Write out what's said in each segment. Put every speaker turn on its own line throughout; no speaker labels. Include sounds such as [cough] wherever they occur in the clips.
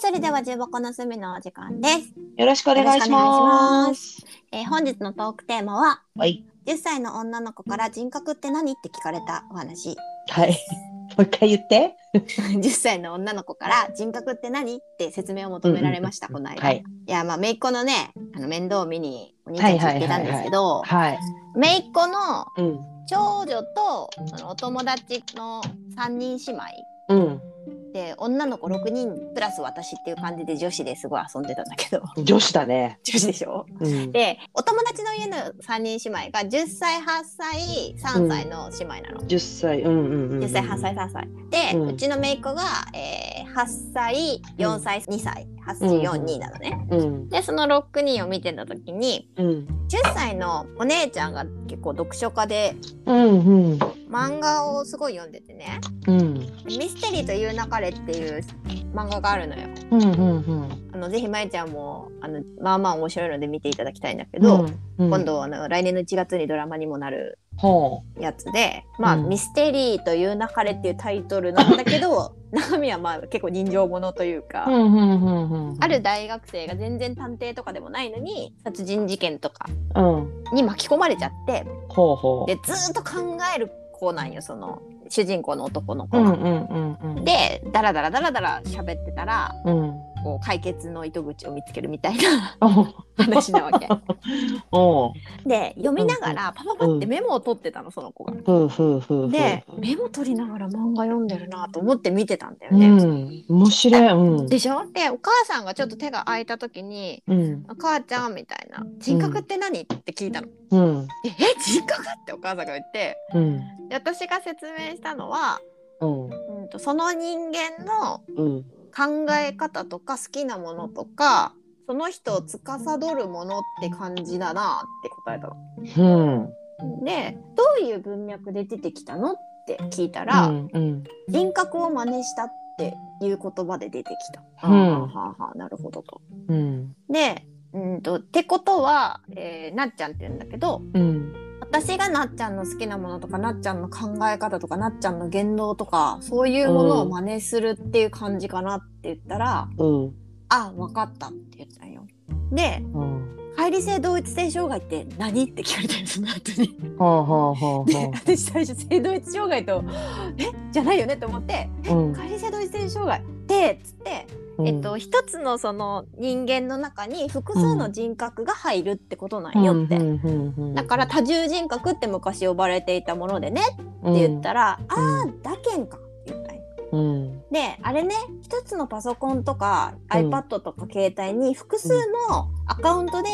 それでは重箱の隅のお時間です。
よろしくお願いします。
えー本日のトークテーマは、
はい。
10歳の女の子から人格って何って聞かれたお話。 [laughs]
はい。 [laughs] もう一回言って。
10歳の女の子から人格って何って説明を求められました、
うんうん
この間。、
はいい。
や、まあ、めいっ子のね、あの面倒を見にお兄ちゃんち行ってたんですけど、
はい。
めいっ子の
うん。
長女とそのお友達の3人姉妹
う
で女の子6人プラス私っていう感じで女子ですごい遊んでたんだけど [laughs]
ん。女子だね。
女子でしょ
うん。
でお友達の家の3人姉妹が10歳8歳3歳の姉妹なの。
10歳。うんうんうん。
10歳8歳3歳で、う
うん
ちの姪っ子が、えー8歳4歳2歳8歳4 2なのね。
うん。
でその6人を見てた時に
うん。
10歳のお姉ちゃんが結構読書家で
うんうん。
漫画をすごい読んでてね。
うん。
ミステリーという流れっていう漫画があるのよ。
うんうんうん。
あのぜひまゆちゃんもあのまあまあ面白いので見ていただきたいんだけど、
うん、
今。度あの来年の1月にドラマにもなる
ほ
やつで、まあ、
うん
ミステリーという流れっていうタイトルなんだけ
[laughs]
ど中身はまあ結構人情ものというか、
う。うんうんうんうん。
あ。る大学生が全然探偵とかでもないのに殺人事件とか
うん。
に巻き込まれちゃって
ほうほう。
でずーっと考える子なんよその主人公の男の
う
子
ん
が。
うんうんうん。。
でダラダラダラダラ喋ってたら
うん。
こう解決の糸口を見つけるみたいな [laughs]
おう
話なわけ。
おう。
で読みながらパパパってメモを取ってたのその子が。
ふうふうふう。
でメモ取りながら漫画読んでるなと思って見てたんだよ
う
ね。
ん。面白い。うん。
でしょでお母さんがちょっと手が空いた時に
うん
「お母ちゃん」みたいな「人格って何?」って聞いたの。
うん
でえ人格ってお母さんが言って
うん
で私が説明したのは、
うん
うん、とその人間の
うん
考え方とか好きなものとかその人を司るものって感じだなって答えたの。
うん
でどういう文脈で出てきたのって聞いたら、
うんうん
人格を真似したっていう言葉で出てきた。
うん
はあはあはあなるほどと。
うん
でうんとってことは、えーなっちゃんって言うんだけど
うん
私がなっちゃんの好きなものとかなっちゃんの考え方とかなっちゃんの言動とかそういうものを真似するっていう感じかなって言ったら。
うん
あ、わかったって言ったんよ。で、
うん
解離性同一性障害って何って聞かれたんです、その後に。
はあはあはあ
[laughs] で、私最初性同一障害と、え、じゃないよねと思って、
うん
解離性同一性障害って、つって、
うん
えっと、一つのその人間の中に複数の人格が入るってことなんよって。
うんうんうんうん
だから多重人格って昔呼ばれていたものでねって言ったら、あー、だけんかって言ったんよ。
うん
であれね一つのパソコンとか
うん
iPad とか携帯に複数のアカウントで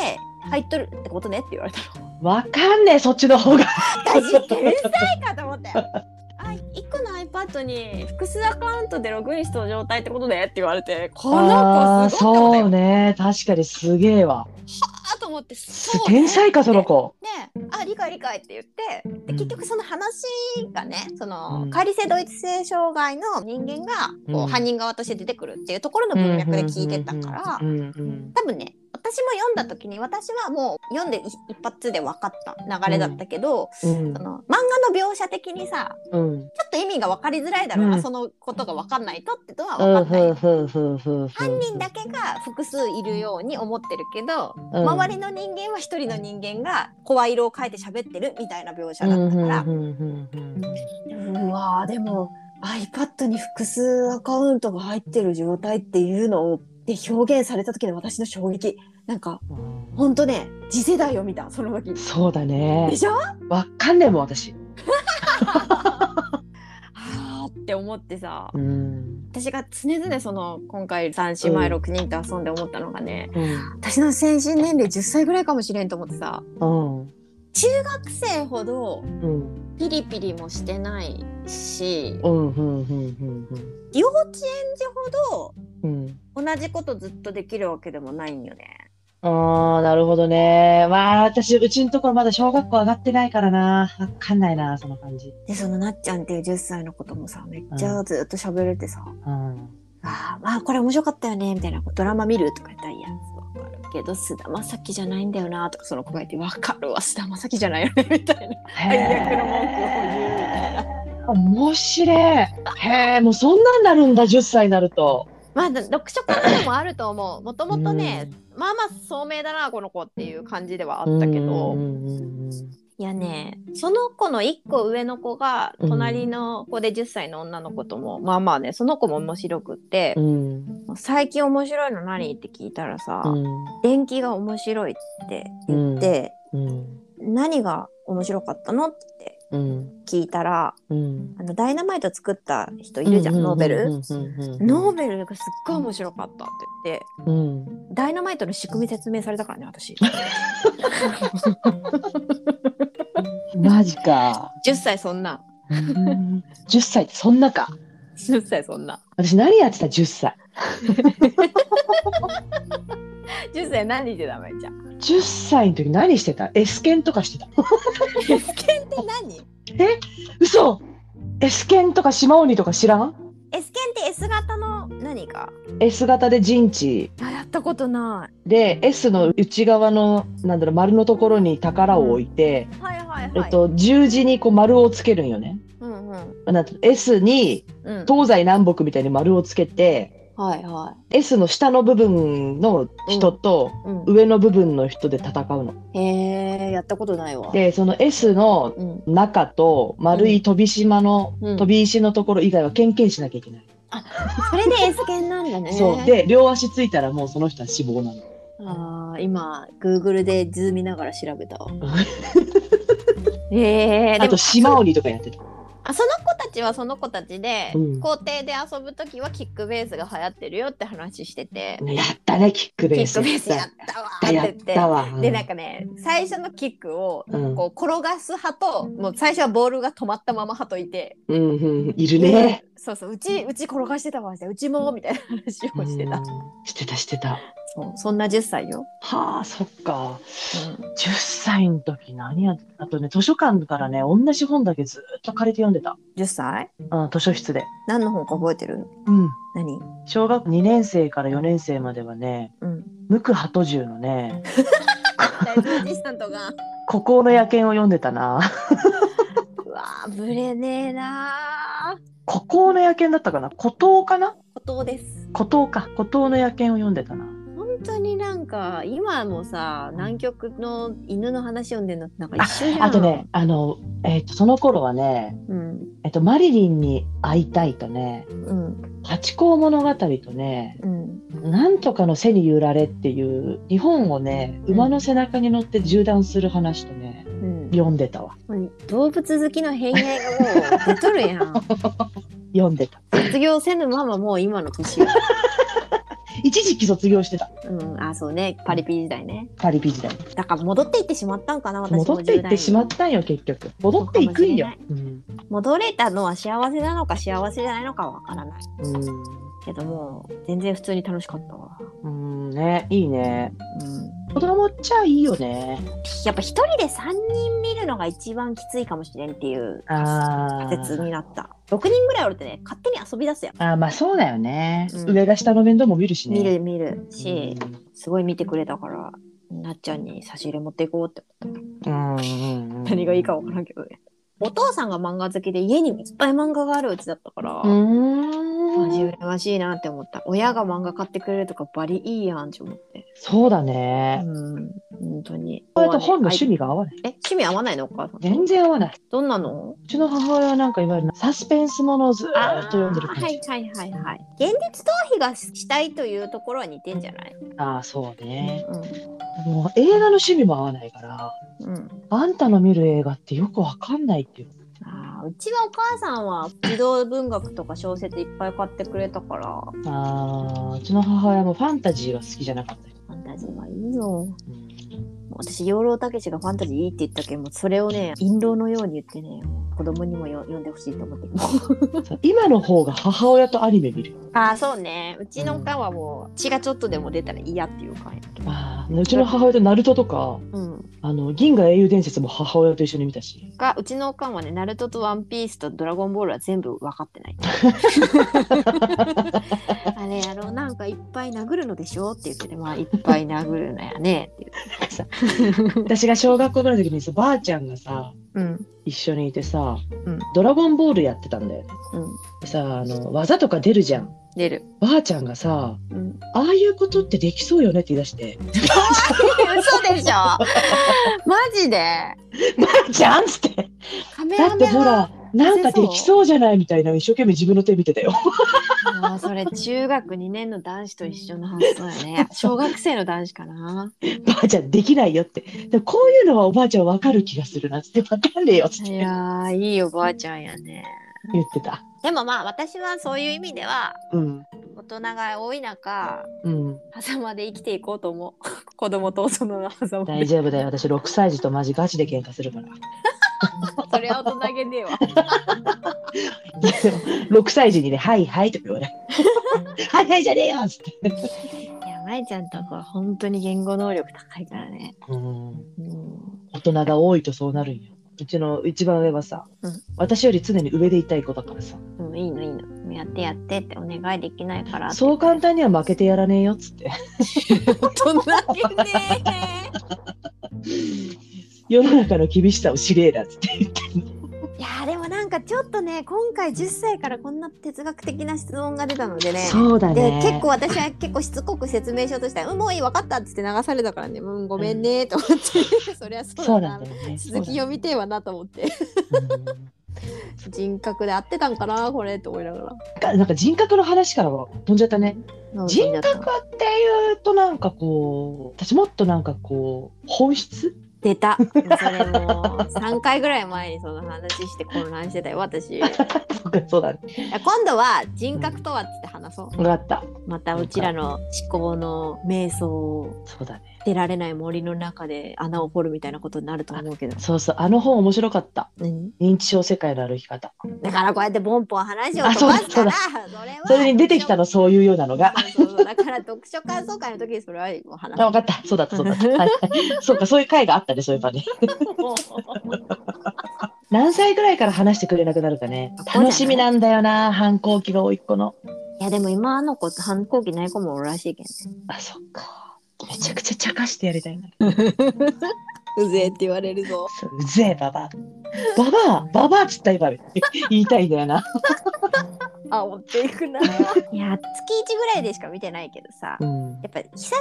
入っとるってことねって言われた [laughs] の。
わかんねえそっちの方が
私天才かと思
[laughs]
って。あ一個の iPad に複数アカウントでログインした状態ってことねって言われてこの
あー
子すごいと思っ
そう
て
ね確かにすげえわ
あと思ってそう、ね、
天才かその子
であ理解理解って言ってで
うん
結局その話がねその、
うん
解離性同一性障害の人間がこう、
うん
犯人側として出てくるっていうところの文脈で聞いてたから、
うんうん
多分ね私も読んだ時に私はもう読んでい一発で分かった流れだったけど、
うん
その漫画の描写的にさ
うん
ちょっと意味が分かりづらいだろうな、
うん
そのことが分かんないとってとは
うん
分かんない、
ふんふんふんふんふん
犯人だけが複数いるように思ってるけど、
うん
周りの人間は一人の人間が声色を変えて喋ってるみたいな描写だったから
う、んうんうんうん
うわーでも iPad に複数アカウントが入ってる状態っていうのをで表現された時の私の衝撃なんか
うん
ほんとね次世代を見たその時
そうだね
でしょ
わかんねえもん私
あーって思ってさ
うん
私が常々その今回3姉妹6人と遊んで思ったのがね、
うん
私の精神年齢10歳ぐらいかもしれんと思ってさ
うん
学生ほど
うん
ピリピリもしてないし
うんうんうん
幼稚園児ほ
うんうん。
ど同じことずっとできるわけでもないんよね。
ああ、なるほどね。まあ、私、うちのところまだ小学校上がってないからな。わかんないな、その感じ。
でそのなっちゃんっていう10歳のこともさめっちゃずっと喋れてさ「
うん。
あーまあこれ面白かったよね」みたいな「ドラマ見る?」とか言ったら「いやわかるけど菅田将暉じゃないんだよな」とかその子が言って「わかるわ菅田将暉じゃないよね」 [laughs] みたいな
最
悪の文句を言うみたいな。
面白い。へえ、もうそんなんなるんだ、10歳になると。
まあ、読書感度もあると思う。もともとね、まあまあ、聡明だな、この子っていう感じではあったけど。
うんうんうん
いやね、その子の1個上の子が隣の子で10歳の女の子とも、まあまあねその子も面白くって
う、ん
最近面白いの何って聞いたらさ、
うん
電気が面白いって言って、
うん
何が面白かったのって
うん
聞いたら
うん
あのダイナマイト作った人いるじゃん、ノーベル、
うんうんうん
ノーベルがすっごい面白かったって言って
うん
ダイナマイトの仕組み説明されたからね
[laughs]
私
マジか。
10歳そんな
うん10歳ってそんなか。
10歳そんな
私何やってた10歳。
10歳何でダメじゃん
[laughs] 10歳の時何してた ?S 剣とかしてた。
S 剣って何
嘘 !S 剣とか島鬼とか知らん
?S 剣って S 型の何か
?S 型で陣地
あやったことな
で S の内側のなんだろう丸のところに宝を置いて、
い。はいはいはい。
えっと、十字にこう丸をつけるんよね。
うんうん
なんて S に
うん。
東西南北みたいに丸をつけて
はいは
S の下の部分の人と
い。う
上の部分の人で戦うの。
ん、へえやったことないわ。
でその S の
うん、
中と丸い飛び島の、
うん
飛び石のところ以外はけんけんしなきゃいけない、
それで S 剣なんだね。
そうで両足ついたらもうその人は死亡なの
あー今 Google でズー見ながら調べた
[laughs]
わ。えー、で
あ
も
と島鬼とかやってた
あその子たちはその子たちで、
うん
校庭で遊ぶ時はキックベースが流行ってるよって話してて、
やったねキックベ
キ
ー
ッ
ス
クベースやったわー
や
って
っ
言
た
っ
わ
てでなんかね最初のキックを
うん
こう転がす派ともう最初はボールが止まったまま派といて、
うんうんいるね
そうそううちうち転がしてたわみたいなうちもみたいな話をしてた、
うんしてたしてた
そうそんな10歳よ、
はあそっか10歳の時何やあとね図書館からね同じ本だけずっと借りて読んでた、
10歳
うん、図書室で
何の本か覚えてる
うん
何
小学2年生から4年生まではね
うん
無垢鳩獣のね
大丈夫したとが
孤高の夜剣を読んでたな
うわーぶれねえなー
孤高の野犬だったかな孤島かな
ことです
孤島か孤島の野犬を読んでたな
本当になんか今もさ南極の犬の話読んでるのってなんか一緒じゃん
あとねあの、えっとその頃はね、
うん
えっとマリリンに会いたいとね
うん
八甲物語とね
うん
なんとかの背に揺られっていう日本をね馬の背中に乗って縦断する話とね
うん
読んでたわ
動物好きの偏愛がもう出とるやん
読んでた
卒業せぬままもう今の年よ
一時期卒業してた
うん、あそうねパリピ時代ね
パリピ時代
だから戻っていってしまったんかな私も
戻っていってしまったんよ結局戻っていくんよ
そう、
うん
10代戻れたのは幸せなのか幸せじゃないのかわからないけども全然普通に楽しかったわ、
うん、うんねいいね
うん、
子供っちゃいいよね
やっぱ一人で3人見るのが一番きついかもしれんっていう
あ
仮説になった6人ぐらいおるとね勝手に遊び出すやん
あーまあそうだよね、
うん
上が下の面倒も見るしね
見る見るし、
うん
すごい見てくれたからなっちゃんに差し入れ持っていこうって思った
うんうんうん
何がいいかわからんけどねお父さんが漫画好きで家にいっぱい漫画があるうちだったから、
うー
マジ
ん
羨ましいなって思った。親が漫画買ってくれるとかバリいいやんって思って。
そうだ
う
ね、
ん、本当に。
これと本の趣
味
味が合わない
え、趣味合わないのお母さん。
全然合わない
どんなの
うちの母親はなんかいわゆるサスペンスものをずーっと読んでる
あ
感
ー
じ
はいはいはいはい。現実逃避がしたいというところは似てんじゃない
ああそうね
う
もう映画の趣味も合わないから
ん。うん。
あんたの見る映画ってよくわかんないっていう
あーうちはお母さんは児童文学とか小説いっぱい買ってくれたから、フ
あーうちの母親もファンタジーが好きじゃなかった、
ァンタジーはいいよ。
うん
もう私、養老たけしがファンタジーいいって言ったけど、もうそれをね、印籠のように言ってね、子供にもよ読んでほしいと思って。
そう今の方が母親とアニメ見るよ
[laughs] ああそうねうちの缶はもう血がちょっとでも出たら嫌っていう感やけど、
あーうちの母親とナルトとか
うん、
あの銀河英雄伝説も母親と一緒に見たし
がうちの缶はねナルトとワンピースとドラゴンボールは全部分かってない [laughs] あれやろなんかいっぱい殴るのでしょって言っててまあいっぱい殴るのやねって
私が小学校ぐらいの時にさばあちゃんがさ
言う
一緒にいてさ、
うん
ドラゴンボールやってたんだよね
うんうん
でさあの技とか出るじゃん
出る。
ばあちゃんがさ、
うん、
ああいうことってできそうよねって言い出 [laughs] して、
[laughs] 嘘でしょマジで
ばあちゃんっつって。
カメ
だ
ラ
って
メ
ほら、なんかできそうじゃないみたいなの一生懸命自分の手見てたよ。
あーそれ中学2年の男子と一緒の発想やね小学生の男子かな
ばあちゃんできないよって。でもこういうのはおばあちゃんわかる気がするなっつって、わかんねえよっつっ
い
て
や [laughs] ーいいおばあちゃんやね
言ってた。
でもまあ私はそういう意味では
うん。
大人が多い中
うん。
狭間で生きていこうと思う [laughs] 子供と大人の狭間
大
で
丈夫だよ。私6歳児とマジガチで喧嘩するから。
[laughs] それは大人げねえわ
[laughs] 6歳児にね、はいはいとか言
[laughs]
われ。はいはいじゃねえよっつって。
いやまえちゃんとこは本当に言語能力高いからね
うん。
うん
大人が多いとそうなるんよ。うちの一番上はさ、
うん
私より常に上でいたい子だからさ、
うんいいのいいのもうやってやってってお願いできないからって
そう簡単には負けてやらねえよっつって。 [laughs]
大人げね
世の中の厳しさを知れえなっつって言ってる
えいやーでもなんかちょっとね今回10歳からこんな哲学的な質問が出たのでね
そうだ
で結構私は結構しつこく説明しようとしたら「うんもういい分かった」っつって流されたからね「うんごめんね」と思って [laughs] そりゃそう
そう
だ
な
なん
だよね。
続き読みてえわなと思って
うん
人格で合ってたんかなこれと思いながら
かなんか人格の話からは飛んじゃったね。人格っていうとなんかこう、私もっとなんかこう、本質 [laughs]
出たもうそれも3回ぐらい前にその話して混乱してたよ私いや
とかそうだね。
今度は人格とはっつって話そう
分かった。
またうちらの思考の瞑想を
そうだね。
出られない森の中で穴を掘るみたいなことになると思うけど、
そうそう。あの本面白かった。
うん
認知症世界の歩き方。
だからこうやってボンポン話を飛ばすから
あ
それは
それに出てきたの、そういうようなのが。
そうそうそうだから [laughs] 読書感想会の時にそれはお話
[laughs] あ、分かった。そうだった、そうだった。 [laughs] はい、そうか、そういう回があったね、そういえばね。何歳ぐらいから話してくれなくなるかね。楽しみなんだよな、反抗期が多いっ子の。
[laughs] いやでも今あの子反抗期ない子もおるらしいけん
あ、そっか。めちゃくちゃ茶化してやりたいな。
うぜえって言われるぞ
そううぜえ、ババア。ババア、ババアっつった今、言いたいんだよな。
あ持っていくないや月1ぐらいでしか見てないけどさ
うん。
やっぱ久しぶりに会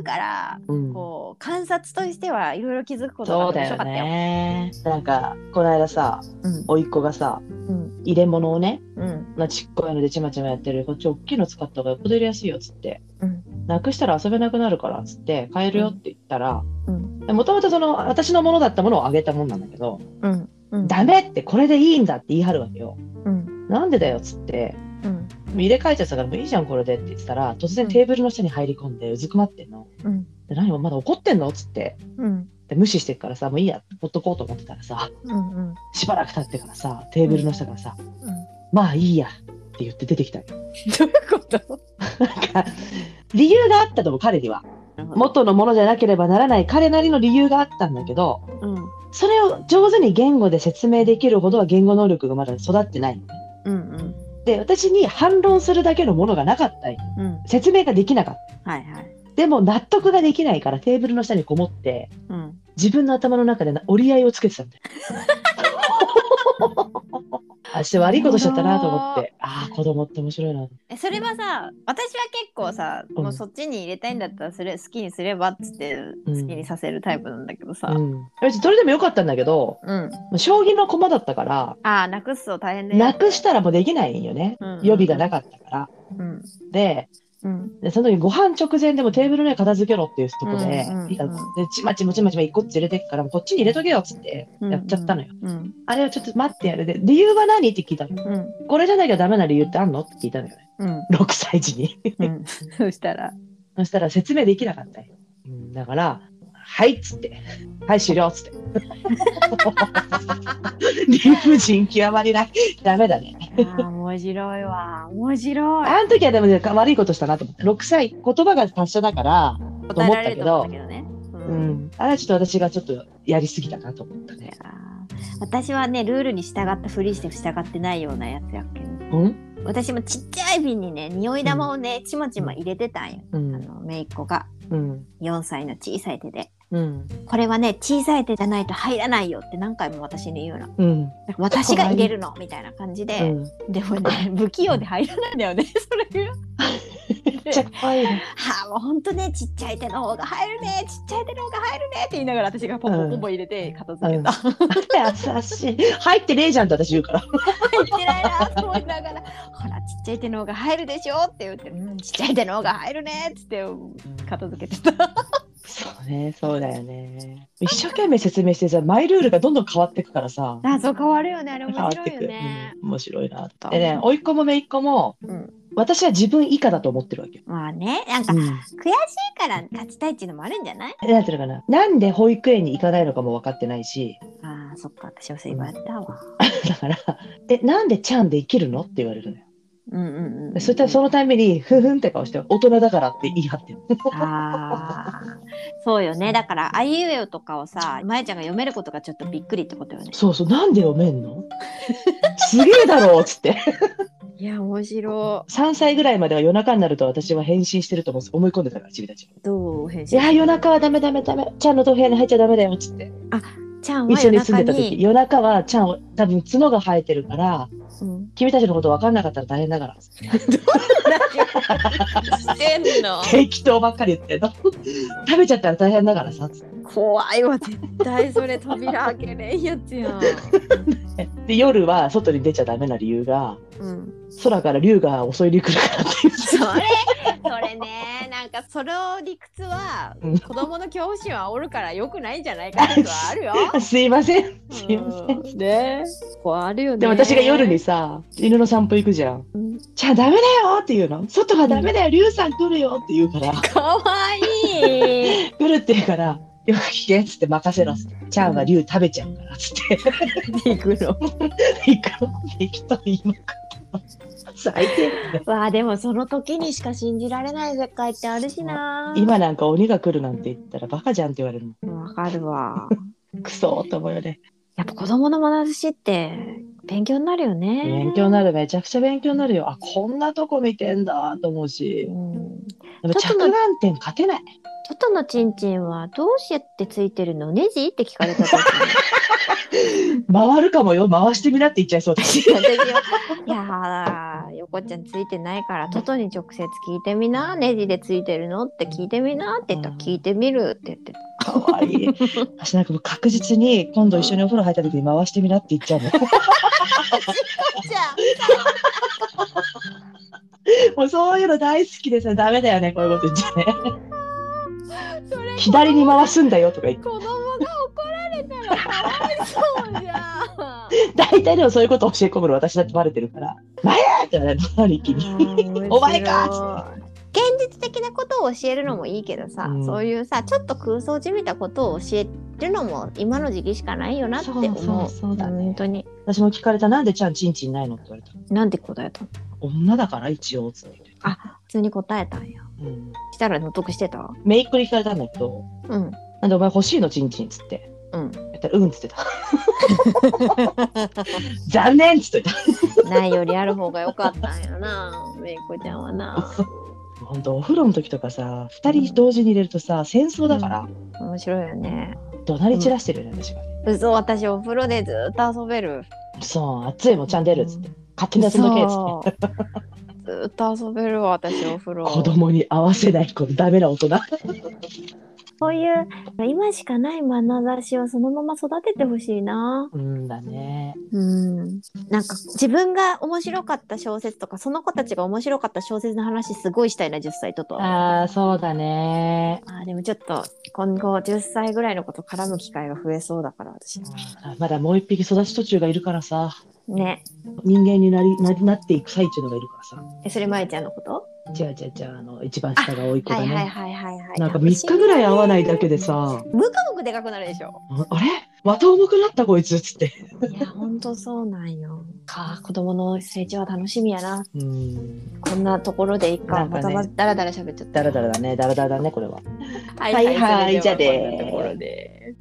うから
うん
こう観察としてはいろいろ気づくことが
そ
面
うだよ
白かったよ。
ね。なんか、この間さ、
うん
甥っ子がさ、
うん
入れ物をね、
うん
まあ、ちっこいのでちまちまやってるこっち大きいの使った方がよっぽど入れやすいよっつって、
うん
なくしたら遊べなくなるからっつって買えるよって言ったら
うん
もともとその私のものだったものをあげたもんなんだけど、
うんうん
ダメってこれでいいんだって言い張るわけよ
うん
なんでだよっつって
うん
入れ替えちゃったからもういいじゃんこれでって言ってたら突然テーブルの下に入り込んでうずくまってんの、
うん
で何もまだ怒ってんのっつって
うん
で無視してっからさもういいやほっとこうと思ってたらさ
うんうん
しばらく経ってからさテーブルの下からさ、まあいいやって言って出てきたの
どういうこと
なんか理由があったと思う彼には
も
元のものじゃなければならない彼なりの理由があったんだけど
うん
それを上手に言語で説明できるほどは言語能力がまだ育ってないのね
うんうん
で私に反論するだけのものがなかった
うん
説明ができなかっ
はいはい
たでも納得ができないからテーブルの下にこもって
うん
自分の頭の中でな折り合いをつけてたん
[laughs]
だよあして悪いことしちゃったなと思ってああ子供って面白いな
えそれはさ私は結構さ、
うん
もうそっちに入れたいんだったらそれ好きにすればっつって好きにさせるタイプなんだけどさ、
うん別にどれでもよかったんだけど
うん、
将棋の駒だったから
ああ、なくすと大変ね。
なくしたらもうできないんよね、
うん
予備がなかったから。
うん。
で
うん。
でその時ご飯直前でもテーブルの上片付けろっていうとこ
う
で,、
んうんうん
いやでちまちまちまちま一個ずつ入れてっからもうこっちに入れとけよっつってやっちゃったのよ、
うん。
あれをちょっと待ってやるで理由は何って聞いたの
うん。
これじゃなきゃダメな理由ってあんのって聞いたのよね
うん。
6歳児に [laughs]
[laughs] うん。そしたら。
そしたら説明できなかったよ、うんだから「はい」っつって「はい終了」っつって [laughs] 理不尽極まりないダメだね
ああ、面白いわ。面白い。
あの時はでもね悪いことしたなと思って6歳言葉が達者だから、
答えられると思ったけどね。う
う。ん、あれはちょっと私がちょっとやりすぎたなと思った
い
ね
や。ー私はね、ルールに従ったふりして従ってないようなやつやっけん。
うん、
私もちっちゃい瓶にね、匂い玉をね、ちまちま入れてたんよ。
う
あ
ん、
の、めいっ子が。
うん、
4歳の小さい手で。
うん。
これはね小さい手じゃないと入らないよって何回も私に言うの
うん。
なんか私が入れる
[laughs]
のみたいな感じ
う
で、
ん。
でもね不器用で入らないんだよね [laughs] それが。
めっちゃ怖いね。
はあもうほんとねちっちゃい手の方が入るねちっちゃい手の方が入るねって言いながら私がポンポンポンポン入れて片付け [laughs] た。
[laughs] 優しい。入ってねえじゃんって私言うから。
入ってないなと思いながら「ほらちっちゃい手の方が入るでしょ」って言って「うんちっちゃい手の方が入るね」っつって片付けてた。
そうね、そうだよね。一生懸命説明してさ、マイルールがどんどん変わってくからさ。
あそう変わるよねあれ面
変わっ
白
て
いよ
く。
ね。
うん面白いなって
そう。
でね、甥っ子も姪っ子も、
うん
私は自分以下だと思ってるわけよ。
まあねなんか
う
悔し
ん
いから勝ちたいっていうのもあるんじゃない
なんていうのかな。なんで保育園に行かないのかも分かってないし、
あーそっか私はそう言われたわ。
だから、え、なんでちゃんで生きるのって言われるのよ。
うんうんうん、
そしたらそのために、ふんふんって顔して、大人だからって言い張ってる。
あーそうよねだから「あいうえお」とかをさまえちゃんが読めることがちょっとびっくりってことよね。
そうそう、なんで読めん [laughs] のすげえだろうっつって。
いや面白
3歳ぐらいまでは夜中になると私は返信してると思うんです思い込んでたから、ちびたち。
い。どう返
い
信
や、夜中はダメダメダメ。ちゃんの豆腐屋に入っちゃダメだよっつって。
ちゃんは
一緒
夜
に
中
住んでた時、
に、
夜中はちゃんを、多分角が生えてるから、
うん、
君たちのこと分かんなかったら大変だから。
してんの
適当ばっかり言ってんの [laughs] 食べちゃったら大変だからさ。つって
怖いわ絶対それ扉開けれんやつやん。
で、夜は外に出ちゃダメな理由が、
うん、
空から竜が襲いに来るからっていう。
それそれねなんかその理屈は
うん
子供の恐怖心はおるからよくないんじゃないかってはあるよ。
[laughs] すいません。すいません。
うんねこうあるよね。
で、私が夜にさ、犬の散歩行くじゃん。
うん
じゃあダメだよって言うの。外がダメだよ、竜さん来るよって言う [laughs] から、
かわいい。
来るって言うから、よく聞けっつって任せろっつって。ちゃんは竜食べちゃうからっつ [laughs] って。
行くの。
行くの適当言いまくった。最低だね。
[laughs] わあでもその時にしか信じられない世界ってあるしな。
今なんか鬼が来るなんて言ったらバカじゃんって言われるの。
わかるわ。
クソーと思うよね。
やっぱ子供の眼差しって勉強になるよね。
勉強になる、めちゃくちゃ勉強になるよ。あ、こんなとこ見てんだと思うし。
うん
でも着眼点勝てない。
外のチンチンはどうしてついてるのネジって聞かれた時に
回るかもよ、回してみなって言っちゃいそうだし。
私 [laughs] はいやー横ちゃんついてないから外に直接聞いてみなネジでついてるのって聞いてみなって言ったら
うん
聞いてみるって言ってた
かわいい。私なんかもう確実に今度一緒にお風呂入った時に回してみなって言っちゃうの。 [laughs] もうそういうの大好きでさ、ダメだよね、こういうこと言っちゃね。
それ
左に回すんだよとか言って。
子供が怒られたらかわいそうじゃん
大体でもそういうこと教え込むの私だってバレてるから。前やって言われるの、兄貴に。
[laughs]
お前か
現実的なことを教えるのもいいけどさ、
うん
そういうさちょっと空想じみたことを教えるのも今の時期しかないよなって思う
そうそうそうだね
本当に
私も聞かれた、なんでちゃんちんちんないのって言われた。
なんて答えたの
女だから一応、つって。
普通に答えたんや
うん。
したら納得してた
めいっ子に聞かれたんだけど、
うん
なんでお前欲しいの、ちんちんつって。
[laughs] うん
言ったら、うんっつ [laughs] ってた。残念っつってた。
ないよりある方が良かったんやなめいこちゃんはな
本当お風呂の時とかさ、二人同時に入れるとさ、戦争だから、
面白いよね
怒鳴り散らしてるよね、私が。
嘘私お風呂でずっと遊べる
そう、熱いもんちゃん出るっつって。勝手に遊んどけっつって。
そうずっと遊べるわ私お風呂
子供に合わせないこのダメな大人。
そういう今しかない眼差しをそのまま育ててほしいな
うんだね。
うんなんか自分が面白かった小説とかその子たちが面白かった小説の話すごいしたいな10歳ととあ
ああ、そうだね。
ーでもちょっと今後10歳ぐらいの子と絡む機会が増えそうだから私
まだもう一匹育ち途中がいるからさ、
ね
人間になりななっていく最中のがいるからさ。
えそれまえちゃんのこと
違う違う違う、あの、一番下が甥い子
は
だ
いはい
ね。
はいはいはい
なんか3日ぐらい会わないだけでさ、
むくむくでかくなるでしょ
ああれまた重くなったこいつっつって。
いやほんとそうなんよか子供の成長は楽しみやな
うん。
こんなところでいいか
なん
ま
か
た
ね
まだらだら喋っちゃった
だらだらだね、だらだらだね、これは。
は
はいはいじゃあね
こんなところで